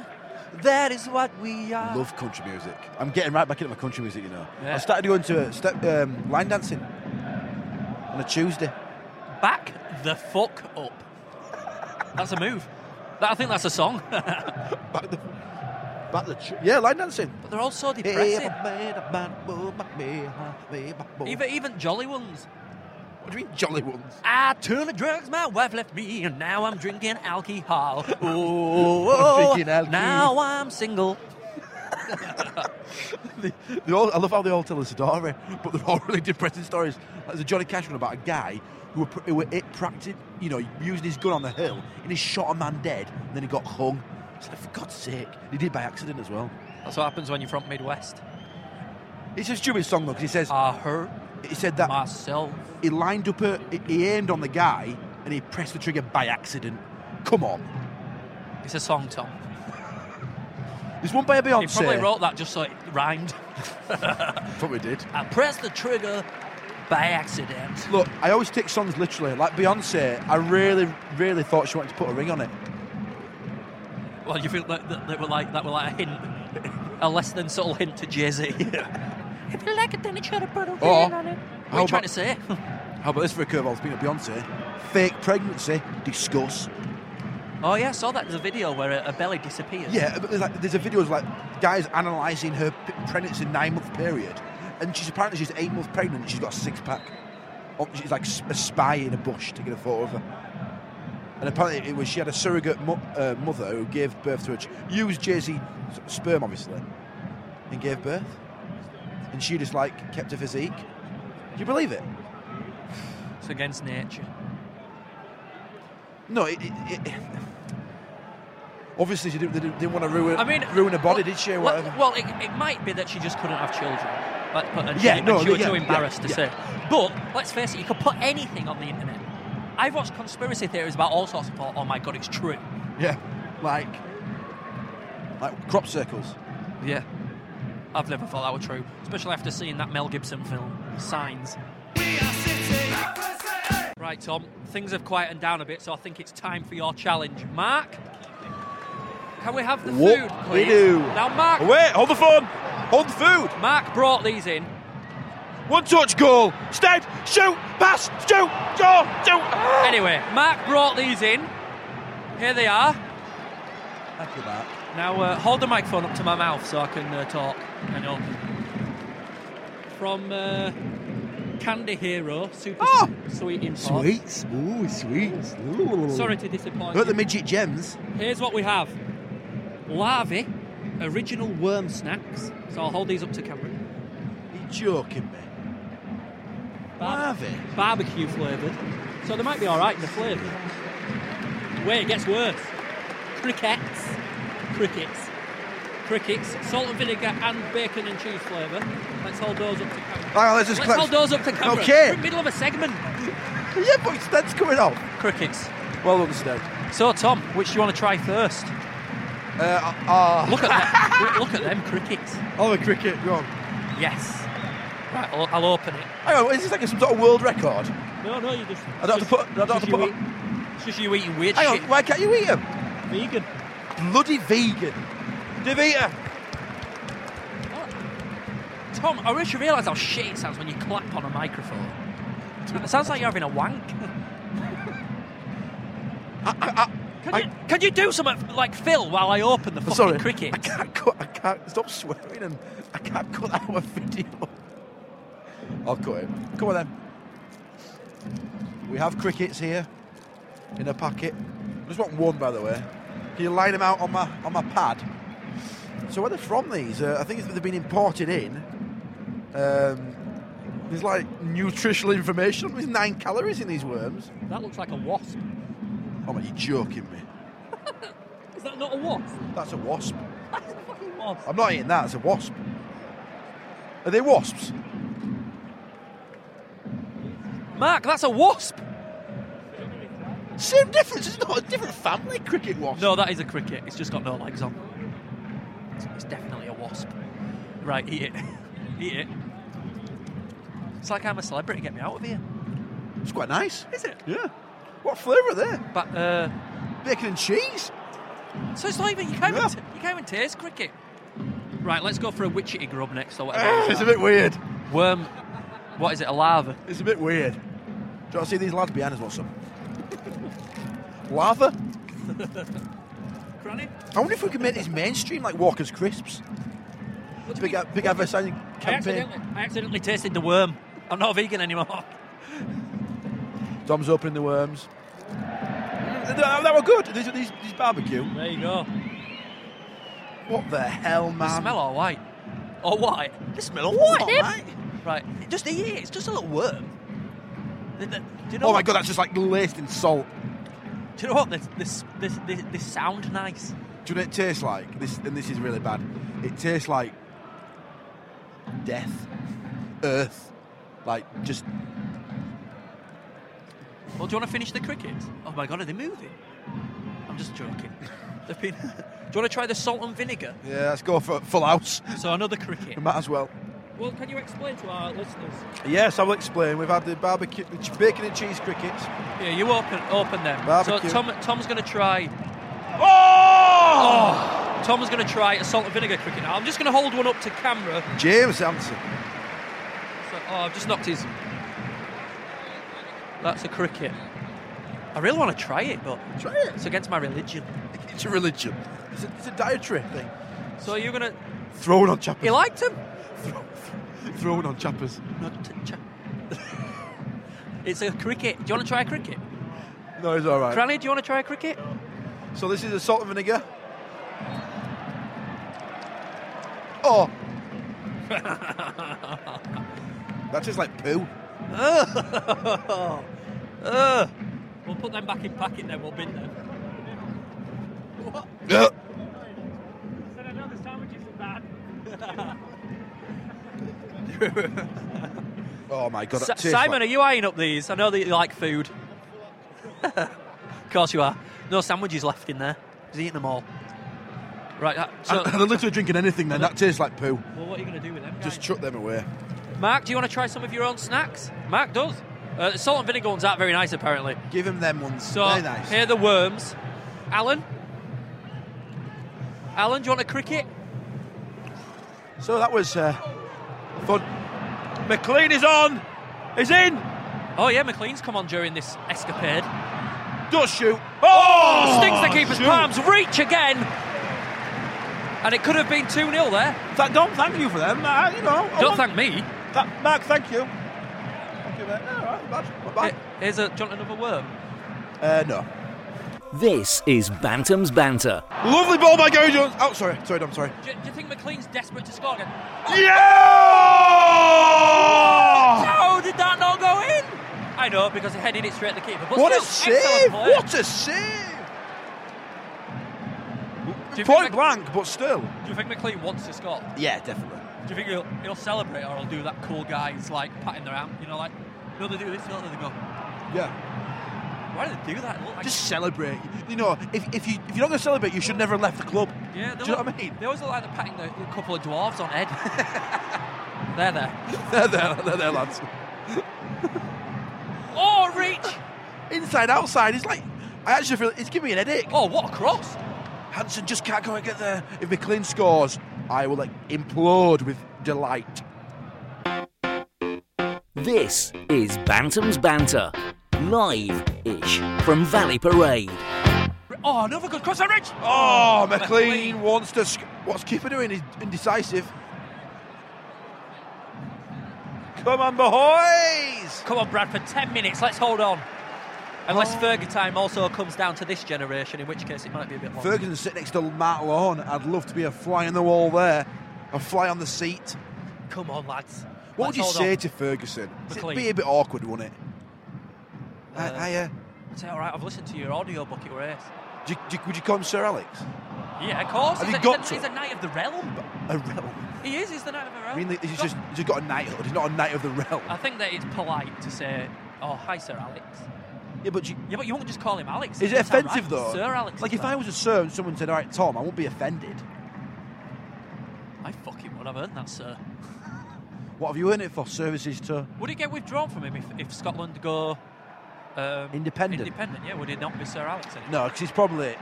That is what we are.
Love country music. I'm getting right back into my country music, you know.
Yeah.
I started going to step um, line dancing on a Tuesday.
Back the fuck up. That's a move. That, I think that's a song. but
Back the, back the tr- yeah, line dancing.
they're all so depressing.
oh,
Even
Even,
even jolly ones.
what do you mean, jolly ones?
I turned to drugs, my wife left me, and now I'm drinking alcohol. Oh, oh,
Drinking alcohol.
now I'm single.
They all, I love how they all tell a story, but they're all really depressing stories. Like, There's a Johnny Cash one about a guy who were, pr- who were it practicing, you know, using his gun on the hill, and he shot a man dead, and then he got hung. It's like, for God's sake, he did by accident as well.
That's what happens when you're from Midwest.
It's a stupid song though, because he says
I hurt
he said that
myself.
he lined up, a, he- he aimed on the guy, and he pressed the trigger by accident. Come on.
It's a song, Tom.
There's one by a
He
Beyonce.
probably wrote that just so it rhymed.
Probably did.
I pressed the trigger by accident.
Look, I always take songs literally. Like Beyonce, I really, really thought she wanted to put a ring on it.
Well, you feel that, that, that were like that were like a hint, a less than subtle hint to Jay Z. if you like it, then it should have put a
Or-
ring on it. What
Oh, how
are you trying
about-
to say?
How about this for a curveball? Speaking of Beyonce, fake pregnancy, discuss.
oh yeah, I saw that. There's a video where a, a belly disappears.
Yeah, but there's, like, there's a video of like guys analysing her p- pregnancy nine month period, and she's apparently she's eight months pregnant. and She's got a six pack. Oh, She's like s- a spy in a bush to get a photo of her. And apparently it was she had a surrogate mo- uh, mother who gave birth to a ch- used Jay Z sperm obviously, and gave birth. And she just like kept her physique. Do you believe it?
It's against nature.
No, it. it, it Obviously, she didn't, they didn't, didn't want to ruin,
I mean,
ruin her
well,
body, did she? or
well-
Whatever.
Well, it, it might be that she just couldn't have children. Let's put, and,
Yeah,
and
no,
you were
yeah,
too
yeah,
embarrassed to
yeah.
say. But let's face it, you could put anything on the internet. I've watched conspiracy theories about all sorts of thought, oh my god, it's true.
Yeah, like like crop circles.
Yeah. I've never thought that were true, especially after seeing that Mel Gibson film, Signs. Right, Tom, things have quietened down a bit, so I think it's time for your challenge. Mark, can we have the
What
food,
we
please?
do?
Now, Mark,
Wait, hold the phone. Hold the food.
Mark brought these in.
One touch goal. Stead. Shoot. Pass. Shoot. Goal. Shoot.
Anyway, Mark brought these in. Here they are.
Thank you, Mark.
Now, uh, hold the microphone up to my mouth so I can uh, talk. I know. From uh, Candy Hero, Super
Oh!
Sweet Import.
Sweets. Ooh, sweets. Ooh.
Sorry to disappoint
Look at the
you.
midget gems.
Here's what we have Larvae, original worm snacks. So I'll hold these up to camera.
You joking me?
Bar-
Larvae?
Barbecue flavoured. So they might be alright in the flavour. Wait, it gets worse. Crickets. Crickets. Crickets. Salt and vinegar and bacon and cheese flavour. Let's hold those up to camera.
Hang on, let's just
Let's
collect-
hold those up to camera.
Okay.
We're in the middle of a segment.
Yeah, but Stead's coming off.
Crickets.
Well done, Stead.
So, Tom, which do you want to try first?
Uh, uh,
Look at that. look at them crickets.
oh, the cricket. Go on.
Yes. Right, I'll, I'll open it.
Hang on, is this like some sort of world record?
No, no, you just.
I don't have to put- I don't have to
you
put-
eat- It's just you eating weird
Hang
shit.
on, why can't you eat them?
Vegan.
Bloody vegan. Devita.
Tom, I wish you realised how shit it sounds when you clap on a microphone. It sounds like you're having a wank. can,
I- Oh,
you, can you do something like Phil while I open the fucking
Sorry,
cricket?
I can't cut. I can't stop swearing, and I can't cut out my video. I'll cut it. Come on then. We have crickets here in a packet. I just want one, by the way. Can you line them out on my on my pad? So where they're from? These uh, I think it's, they've been imported in. Um, there's like nutritional information. There's nine calories in these worms.
That looks like a wasp.
Oh man, you're joking me.
Is that not a wasp?
That's a wasp.
That's a fucking wasp.
I'm not eating that. It's a wasp. Are they wasps?
Mark, that's a wasp.
Same difference. It's not a different family. Cricket wasp.
No, that is a cricket. It's just got no legs on. It's, it's definitely a wasp. Right, eat it. eat it. It's like I'm a celebrity. Get me out of here.
It's quite nice.
Is it?
Yeah. What flavour are they?
But uh,
Bacon and cheese.
so it's not even you can't even
Yeah.
t- you can't even taste cricket. Right, let's go for a witchetty grub next or whatever.
Ah,
it is
it's a
now.
bit weird.
Worm. What is it? A larva.
It's a bit weird. Do you want to see these lads behind us want some? Lava.
Granny.
I wonder if we could make this mainstream like Walker's crisps. Big ad- big advertising
I
campaign.
accidentally, I accidentally tasted the worm. I'm not vegan anymore.
Dom's opening the worms. Mm, They, they were good. These, these, these barbecue.
There you go.
What the hell, man?
They smell all white. All white. They smell all
What,
white.
mate?
Right, just eat it. It's just a little worm. The- the- do you know
Oh my
what-
god, that's just like laced in salt.
Do you know what? This this this this, this sound nice.
Do you know what it tastes like? This and this is really bad. It tastes like death, earth, like just
Well, do you want to finish the crickets? Oh my god, are they moving? I'm just joking. They've been. do you want to try the salt and vinegar?
yeah. Let's go for full house.
So another cricket.
We might as well.
Well, can you explain to our listeners?
Yes, I will explain. We've had the barbecue, the ch- bacon and cheese crickets.
Yeah, you open open them. So
Barbecue.
Tom Tom's going to try.
Oh!
Tom's going to try a salt and vinegar cricket. Now I'm just going to hold one up to camera.
James Sampson.
So, oh, I've just knocked his. That's a cricket. I really want to try it, but
Try it.
it's against my religion.
It's a religion. It's a, it's a dietary thing.
So you're gonna.
Thrown on chappers.
You liked him?
Thrown on chappers.
Not to ch- it's a cricket. Do you want to try a cricket?
No, it's all right.
Cranny, do you want to try a cricket?
So this is a salt and vinegar. Oh. that tastes like poo.
Uh, we'll put them back in packet then, we'll bin them.
Ugh.
said, I know this sandwich isn't bad.
Oh my god!
Si-
that tastes
Simon,
like-
are you eyeing up these? I know that you like food. of course you are. No sandwiches left in there. He's eating them all. Right. That, so,
they're literally drinking anything. Then that tastes like poo.
well, what are you going to do with them?
Just
guys?
chuck them away.
Mark, do you want to try some of your own snacks? Mark does. Uh, the salt and vinegar ones aren't very nice, apparently.
Give him them ones.
So
They're nice.
here are the worms. Alan. Alan, do you want a cricket?
So that was uh, fun.
McLean is on. Is in. Oh yeah, McLean's come on during this escapade.
Does shoot.
Oh, stings the keeper's
shoot.
palms. Reach again. And it could have been 2 0 there.
Th- don't thank you for them. Uh, you know. I
Don't thank
want-
me.
That, Mark, thank you. Thank you, mate. Yeah, all right, not bad, not bad.
Here- Here's a, do you want another worm? Eh.
Uh, no.
This is Bantam's Banter.
Lovely ball by Gary Jones. Oh, sorry, sorry, Dom, sorry.
Do, you- do you think McLean's desperate to score again?
Yeah!
How did that not go in? I know, because he headed it straight at the keeper. But
What a
still, excellent
save!
play.
What a save!
Do you think Mc-
Point blank, but still.
Do you think McLean wants to score?
Yeah, definitely.
Do you think he'll, he'll celebrate or he'll do that cool guys like patting their arm? You know, like, no, they do this, don't they? They go,
Yeah.
why do they do that? They look like
Just celebrate. You know, if, if you if you're not gonna celebrate, you should never have left the club.
Yeah,
Do you know what I mean?
They always look like they're patting the, a couple of dwarves on head. there, there.
There, there, there, there, lads.
Oh, reach!
Inside, outside. It's like I actually feel it's giving me an headache.
Oh, what a cross!
Hanson just can't go and get there. If McLean scores, I will like implode with delight.
This is Bantam's Banter. Live ish from Valley Parade.
Oh, another good cross, and reach!
Oh, McLean wants to. Sc- What's keeper doing? He's indecisive. Come on, boys!
Come on, Bradford, 10 minutes, let's hold on.
Oh.
Unless Fergie time also comes down to this generation, in which case it might be a bit longer.
Ferguson sitting next to Matt Lawn. I'd love to be a fly on the wall there, a fly on the seat.
Come on, lads. Let's
What would you
hold
say
on.
to Ferguson? It'd
McLean.
be a bit awkward, wouldn't it? I,
Uh,
I, uh,
I'd say, all right, I've listened to your audio book, it were ace.
do you, do you, would you call him Sir Alex?
Yeah, of course.
Have
he's,
you
a,
got
he's,
to?
a, he's a knight of the realm.
A realm.
He is, he's the knight of the realm.
I mean, he's
Got-
just, he's just got a knighthood. He's not a knight of the realm.
I think that it's polite to say, oh, hi, Sir Alex.
Yeah, but you,
Yeah, but you won't just call him Alex.
is it
It's all right.
offensive though?
Sir Alex.
Like
is
if I
fine.
was a sir and someone said, "All right, Tom," I won't be offended.
I fucking would. I've earned that, sir.
What have you earned it for? Services to
Would it get withdrawn from him if, if Scotland go um,
Independent.
Independent, yeah. Would it not be Sir Alex? Anymore?
no, because he's probably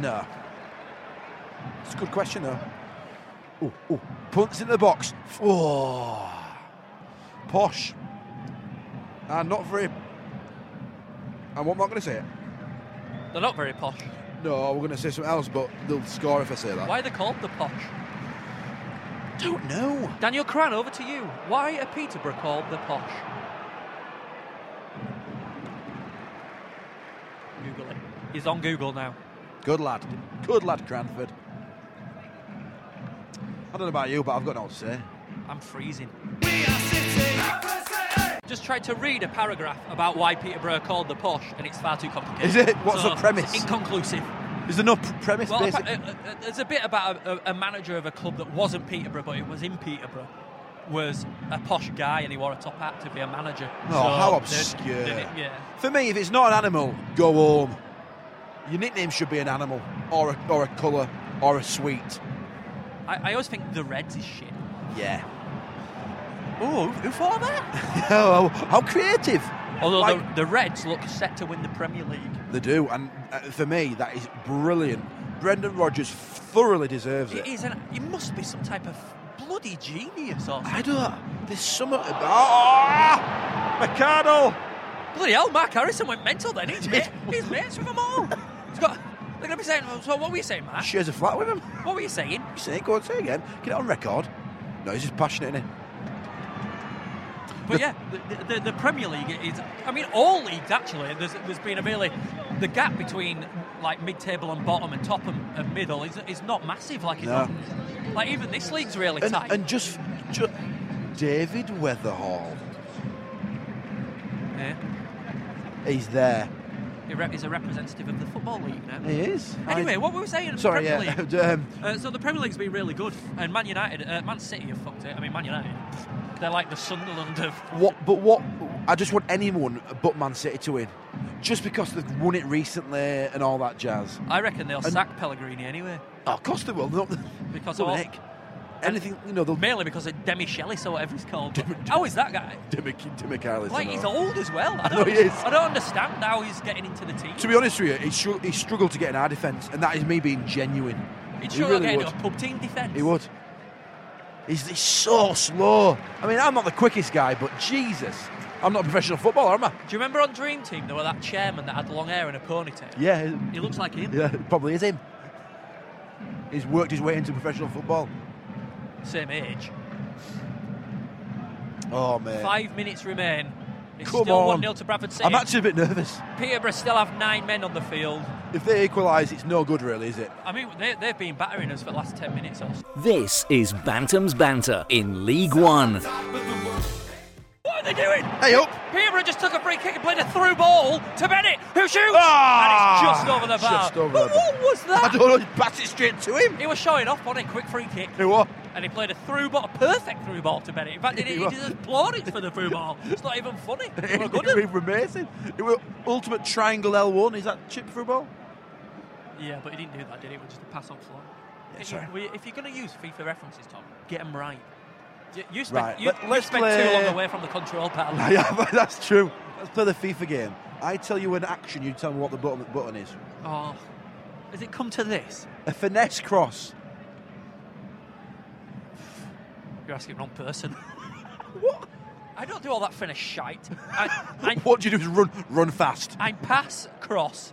no. It's a good question though. Oh, oh, punts into the box. Oh, posh. And not very. And what am I going to say? it.
They're not very posh.
No, we're going to say something else, but they'll score if I say that.
Why are they called the posh?
I don't know.
Daniel Cran, over to you. Why are Peterborough called the posh? Google it. He's on Google now.
Good lad. Good lad, Cranford. I don't know about you, but I've got nothing to say.
I'm freezing. Just tried to read a paragraph about why Peterborough called the posh, and it's far too complicated.
Is it? What's the premise?
It's inconclusive.
Is there no pr- premise?
Well,
basic-
appa- uh, uh, there's a bit about a, a manager of a club that wasn't Peterborough, but it was in Peterborough. Was a posh guy and he wore a top hat to be a manager.
Oh, how
they-
obscure.
they did it, yeah.
For me, if it's not an animal, go home. Your nickname should be an animal, or a, or a colour, or a sweet.
I, I always think the Reds is shit.
Yeah.
Oh, who thought of that?
Oh, how creative.
Although
Like-
the, the Reds look set to win the Premier League.
They do, and uh, for me, that is brilliant. Brendan Rodgers thoroughly deserves
It
it.
is, an, it must be some type of bloody genius or
I don't. There's something about. Ah! McCardle!
Bloody hell, Mark Harrison went mental then. He's, ma- he's mates with them all. He's got, they're going to be saying, so what were you saying, Mark?
Shares a flat with him.
What were you saying?
You say it, go on, say it again. Get it on record. No, he's just passionate, is
But yeah, the, the, the Premier League is. I mean, all leagues actually. There's there's been a really the gap between like mid-table and bottom and top and, and middle is, is not massive. Like it's
No.
not, like even this league's really
And,
tight.
and just, just. David Weatherhall.
Yeah.
He's there.
he re- is a representative of the Football League now.
He is.
Anyway, what were we saying?
I, sorry,
Premier
yeah.
League?
um,
Uh, so the Premier League's been really good, and Man United, uh, Man City have fucked it. I mean, Man United, they're like the Sunderland of.
what? But what? I just want anyone but Man City to win, just because they've won it recently and all that jazz.
I reckon they'll sack Pellegrini anyway,
Oh, of course they will. They'll-
because
they'll
all,
nick. anything you know, they'll
mainly because of Demi Shelley, or whatever he's called. But
Demi-
How is that guy?
Timmy, Timmy Carlisle.
Like he's old as well. I
know
don't,
he is.
I don't understand how he's getting into the team.
To be honest with you, he, stru- he struggled to get in our defence, and that is me being genuine.
He'd
he
sure
really
get
would.
into a pub team defence.
He would. He's, he's so slow. I mean, I'm not the quickest guy, but Jesus, I'm not a professional footballer, am I?
Do you remember on Dream Team there were that chairman that had long hair and a ponytail?
Yeah,
He looks like him.
yeah, it probably is him. He's worked his way into professional football.
Same age.
Oh man,
Five minutes remain. It's
Come
still
on.
1 0 to Bradford City.
I'm actually a bit nervous.
Peterborough still have nine men on the field.
If they equalise, it's no good, really, is it?
I mean, they, they've been battering us for the last 10 minutes or so.
This is Bantam's Banter in League One.
What are they doing?
Hey up!
Peterborough just took a free kick and played a through ball to Bennett, who shoots!
Ah,
and it's just over the bar.
just over
but
the
what was
I
that?
don't know. He passed it straight to him.
He was showing off on it, quick free kick.
Hey what?
And he played a through ball, a perfect through ball to Bennett. In fact, he,
He
he
was.
just applauded for the through ball. It's not even funny. They were
It
good
was
at it.
amazing. It was ultimate triangle L1. Is that chip for a ball?
Yeah, but he didn't do that, did he? It was just a pass up floor.
Yeah, sorry.
If you're going to use FIFA references, Tom, get them right. You, you spent,
Right,
you,
let-
you
let's
spent too
play-
long away from the control panel.
yeah, but that's true. Let's play the FIFA game. I tell you an action, you tell me what the button, button is.
oh, has it come to this?
A finesse cross.
You're asking the wrong person. what? I don't do all that finnish shite. I, I,
What do you do is run, run fast.
I pass, cross.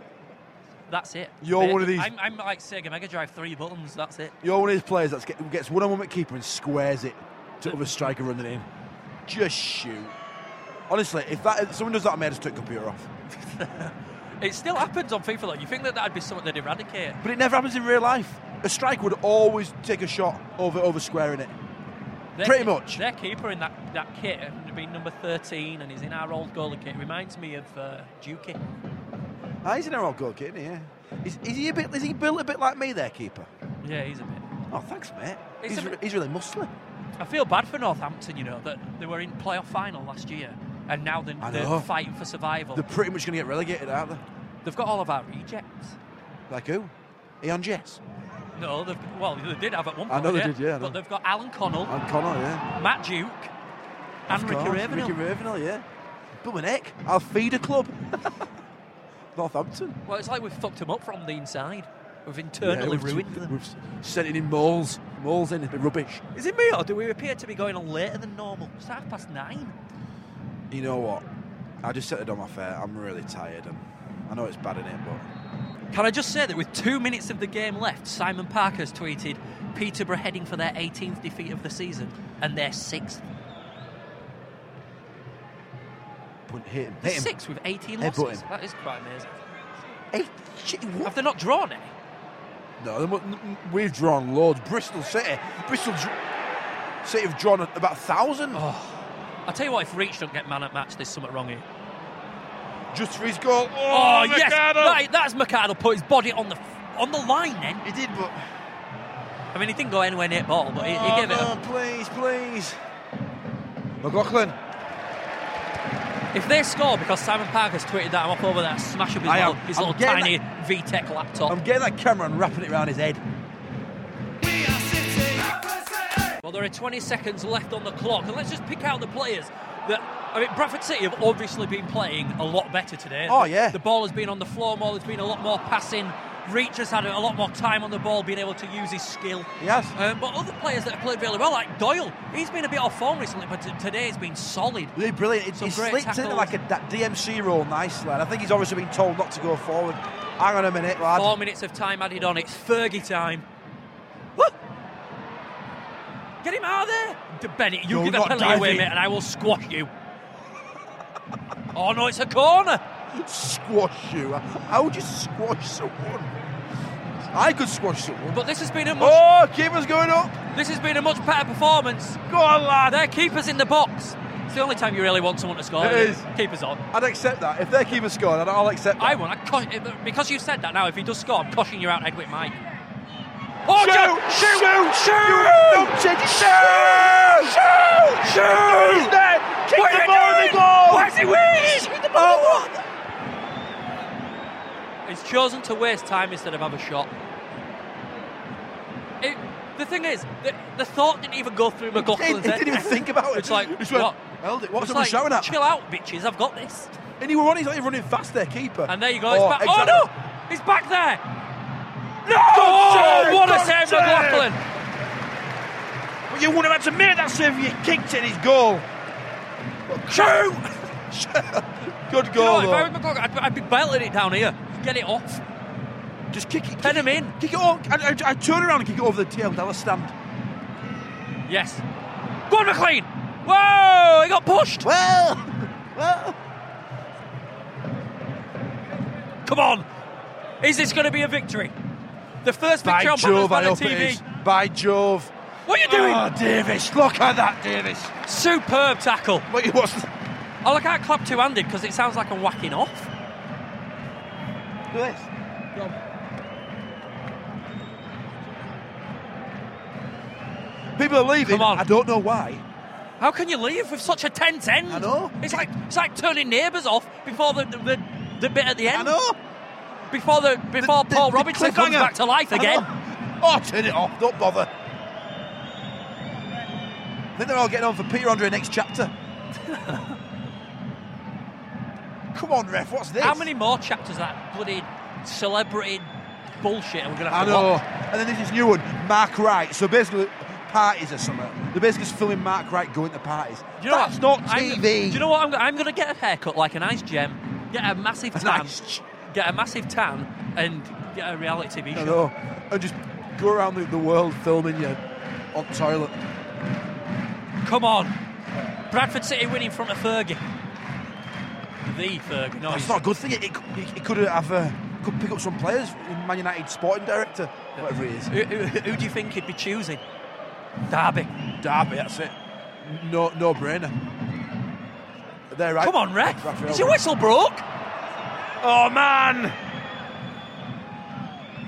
That's it.
You're
Mate,
one of these-
I'm, I'm like Sega Mega Drive, three buttons. That's it.
You're one of these players that get, gets one on one with keeper and squares it to other striker running in. Just shoot. Honestly, if that if someone does that, I may just took computer off.
It still happens on FIFA. Though. You think that that'd be something they'd eradicate?
But it never happens in real life. A striker would always take a shot over over squaring it.
Their
Pretty
keep-
much.
Their keeper in that, that kit, and being number 13, and he's in our old goalie kit, reminds me of uh, Duke.
Ah, he's an our goal kid, isn't he? Yeah. Is, is he a bit? Is he built a bit like me, there, keeper?
Yeah, he's a bit.
Oh, thanks, mate.
It's
He's,
a
re-
bit-
he's really muscly.
I feel bad for Northampton, you know, that they were in playoff final last year, and now they're,
I know.
they're fighting for survival.
They're pretty much going to get relegated, aren't they?
They've got all of our rejects.
Like who? Ian Jess
No, they've, well, they did have at one
I
point.
know they did, yeah, I know.
But they've got Alan Connell,
and Connor, yeah.
Matt Duke, and
Of
Ricky
course,
Ravenhill.
Ricky Ravenhill, yeah. Bum an heck. I'll feed a club. Northampton.
well, it's like we've fucked them up from the inside. We've internally
we've-
ruined them.
We've sent it in moles. Moles in, it's been rubbish.
Is it me, or do we appear to be going on later than normal? It's half past nine.
You know what? I just set it on my fair. I'm really tired and I know it's bad in it, but
Can I just say that with two minutes of the game left, Simon Parker's tweeted Peterborough heading for their 18th defeat of the season and their sixth.
Punt- hit him.
They're
Hit him.
sixth with 18
Headbutt
losses.
him.
That is quite amazing.
Hey, shit, what?
Have they not drawn any?
No, they mu- n- n- we've drawn loads. Bristol City, Bristol dr- City have drawn about a thousand
I'll tell you what, if Reach don't get man at match, there's something wrong here.
just for his goal.
Oh,
Oh,
yes!
Mercado!
That, that's Mercado put his body on the f- on the line then.
He did, but
I mean, he didn't go anywhere near ball, but he, he
oh,
gave it.
no,
A,
please, please. McLaughlin,
if they score, because Simon Parker's tweeted that, I'm up over there, smash up his
I
little,
am.
his
I'm
little
getting
tiny VTech laptop.
I'm getting that camera and wrapping it around his head.
Well, there are 20 seconds left on the clock, and let's just pick out the players that. I mean, Bradford City have obviously been playing a lot better today.
Oh,
The-
yeah.
The ball has been on the floor more, there's been a lot more passing. Reach has had a lot more time on the ball, being able to use his skill.
He has.
Um, but other players that have played really well, like Doyle, he's been a bit off form recently, but t- today has been solid.
Really brilliant. He,
Some
he
great
slipped
tackles.
into like a, that DMC role nicely, and I think he's obviously been told not to go forward. Hang on a minute, lad.
Four minutes of time added on, it's Fergie time. Woo! Get him out of there! D- Bennett, you
No,
give a
not
penalty away,
diving.
mate, and I will squash you. oh, no, it's a corner!
Squash you. How would you squash someone? I could squash someone.
But this has been a much,
Oh, keeper's going up.
this has been a much better performance.
Go on, lad.
Their keeper's in the box. It's the only time you really want someone to score.
It
isn't
is.
Keepers on.
I'd accept that. If their keeper scored, I'd, I'll accept that.
I want. I cosh- because you said that now, if he does score, I'm coshing you out, Edwin Mike. Oh, Joe!
Shoot! Shoot! Shoot! Shoot! Shoot! Shoot! Shoot! He's there! Kick the ball in the goal! Where's he with? the ball! Oh, what?
He's chosen to waste time instead of have a shot. It, the thing is, the, the thought didn't even go through
He, he
McLaughlin's head.
didn't even think about it.
It's like,
He just
what?
went, held it. What's
It's
everyone
like,
shouting at?
Chill out, bitches. I've got this.
And he were on, he's not even running fast there, keeper.
And there you go. It's back.
exactly.
Oh no! He's back there.
No!
Oh,
Save!
what a
Good
save,
save!
McLaughlin!
Well, You wouldn't have had to make that save if you kicked it in his goal. Shoot! Good
You know
goal,
what, if I was
though.
McLaughlin, I'd, I'd be belting it down here. Get it off.
Just kick it.
Pen
kick
him
it-
in.
Kick it off. I, I, I turn around and kick it over the tail. That'll stand.
Yes. Go on, McLean! Whoa! He got pushed!
Well, well.
Come on! Is this going to be a victory? The first
By
victory on
Jove, I
Batman's
hope it
TV.
is. By Jove.
What are you doing?
Oh, Davis, look at that, Davis.
Superb tackle.
Wait, what's the...
Oh, I can't clap two-handed because it sounds like I'm whacking off.
Do this. People are leaving.
Come on.
I don't know why.
How can you leave with such a tense end?
I know.
It's like it's like turning neighbours off before the, the, the, the bit at the end.
I know.
Before the before
The- the-
Paul
the
Robinson comes
cliffhanger.
back to life
I
again.
know. Oh, turn it off. Don't bother. I think they're all getting on for Peter Andre next chapter. Come on, ref. What's this?
How many more chapters of that bloody celebrity bullshit are we gonna
I
have to
know.
watch?
And then there's this new one, Mark Wright. So basically, parties or something. They're basically just filming Mark Wright going to parties.
Do you know
That's
what?
not
I'm-
TV.
do you know what? I'm, I'm going to get a haircut like a nice gem, get a massive
A
tan,
nice ch-
get a massive tan, and get a reality TV
I
show.
know. And just go around the, the world filming you on toilet.
Come on, Bradford City winning in front of Fergie. The Fergie. No,
That's
he's-
not Oh, a good thing. It, it, it could have uh, could pick up some players in Man United sporting director, whatever he is.
who, who- who do you think he'd be choosing? Derby.
Derby, that's it. No, no brainer. They're right.
Come on, ref.
Raphael.
Is your whistle broke?
Oh man!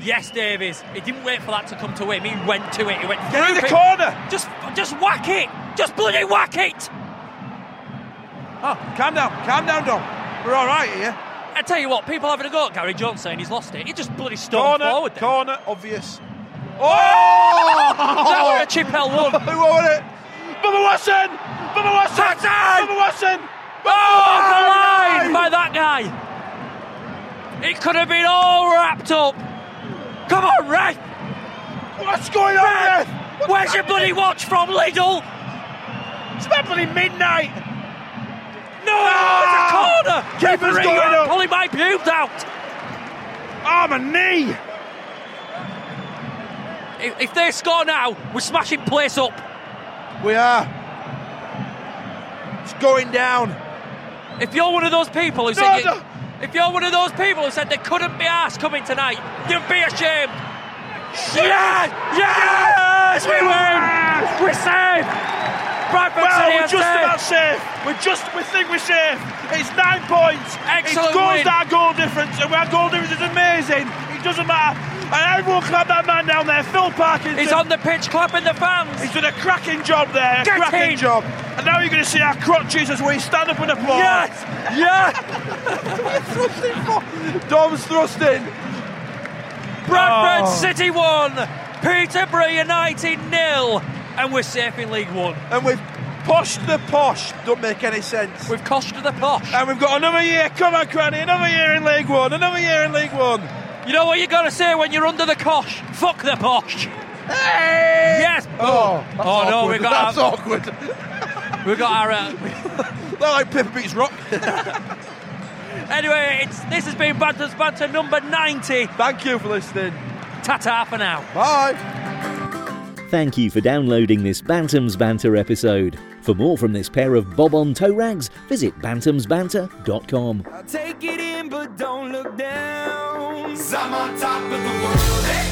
Yes, Davies. He didn't wait for that to come to him. He went to it. He went
Get in
through
the
it.
corner.
Just, just whack it. Just bloody whack it.
Oh, calm down, calm down, Dom. We're all right here.
I tell you what, people having a go at Gary Jones saying he's lost it. He just bloody stormed
Corner,
forward. Then.
corner, obvious. Oh!
That were a Chappelle one.
Who won it? Bubba Watson! Bubba Watson! Bubba Watson!
Oh, the line by that guy. It could have been all wrapped up. Come on, Ray.
What's going on, Ref?
Where's your bloody watch from, Lidl?
It's about bloody midnight!
No,
Ah!
it's a corner.
Keeper's
Referee,
going
you're
up.
Pulling my pubes out.
Oh, my knee!
If, if they score now, we're smashing place up.
We are. It's going down.
If you're one of those people who
No,
said, you-
no.
if you're one of those people who said they couldn't be asked coming tonight, you'd be ashamed. Yes, yes, we win. We're safe. Bradford City are safe.
safe. We're just, we think we're safe. It's nine points.
Excellent win.
our goal difference, and our goal difference is amazing. It doesn't matter. And everyone clap that man down there, Phil Parkinson.
He's on the pitch clapping the fans.
He's done a cracking job there. A
Get
cracking
in.
job. And now you're going to see our crotches as we stand up and applaud.
Yes, yes.
thrusting for? Dom's thrusting.
Bradford
Oh.
City won. Peterborough United nil, and we're safe in League One.
And we've poshed the posh. Don't make any sense.
We've cost to the posh.
and we've got another year. Come on, Cranny. Another year in League One. Another year in League One.
You know what you gotta say when you're under the cosh? Fuck the posh.
Hey!
Yes.
Oh, that's
Oh, no,
awkward.
we've got
That's
our-
awkward.
We got our. Uh,
Not like Pippa beats Rock.
Anyway, it's, this has been Banter's Banter number 90.
Thank you for listening.
Ta-ta for now.
Bye.
Thank you for downloading this Bantams Banter episode. For more from this pair of bob on toe rags, visit bantamsbanter.com.
I'll take it in, but don't look down.
I'm on top of the world. Hey,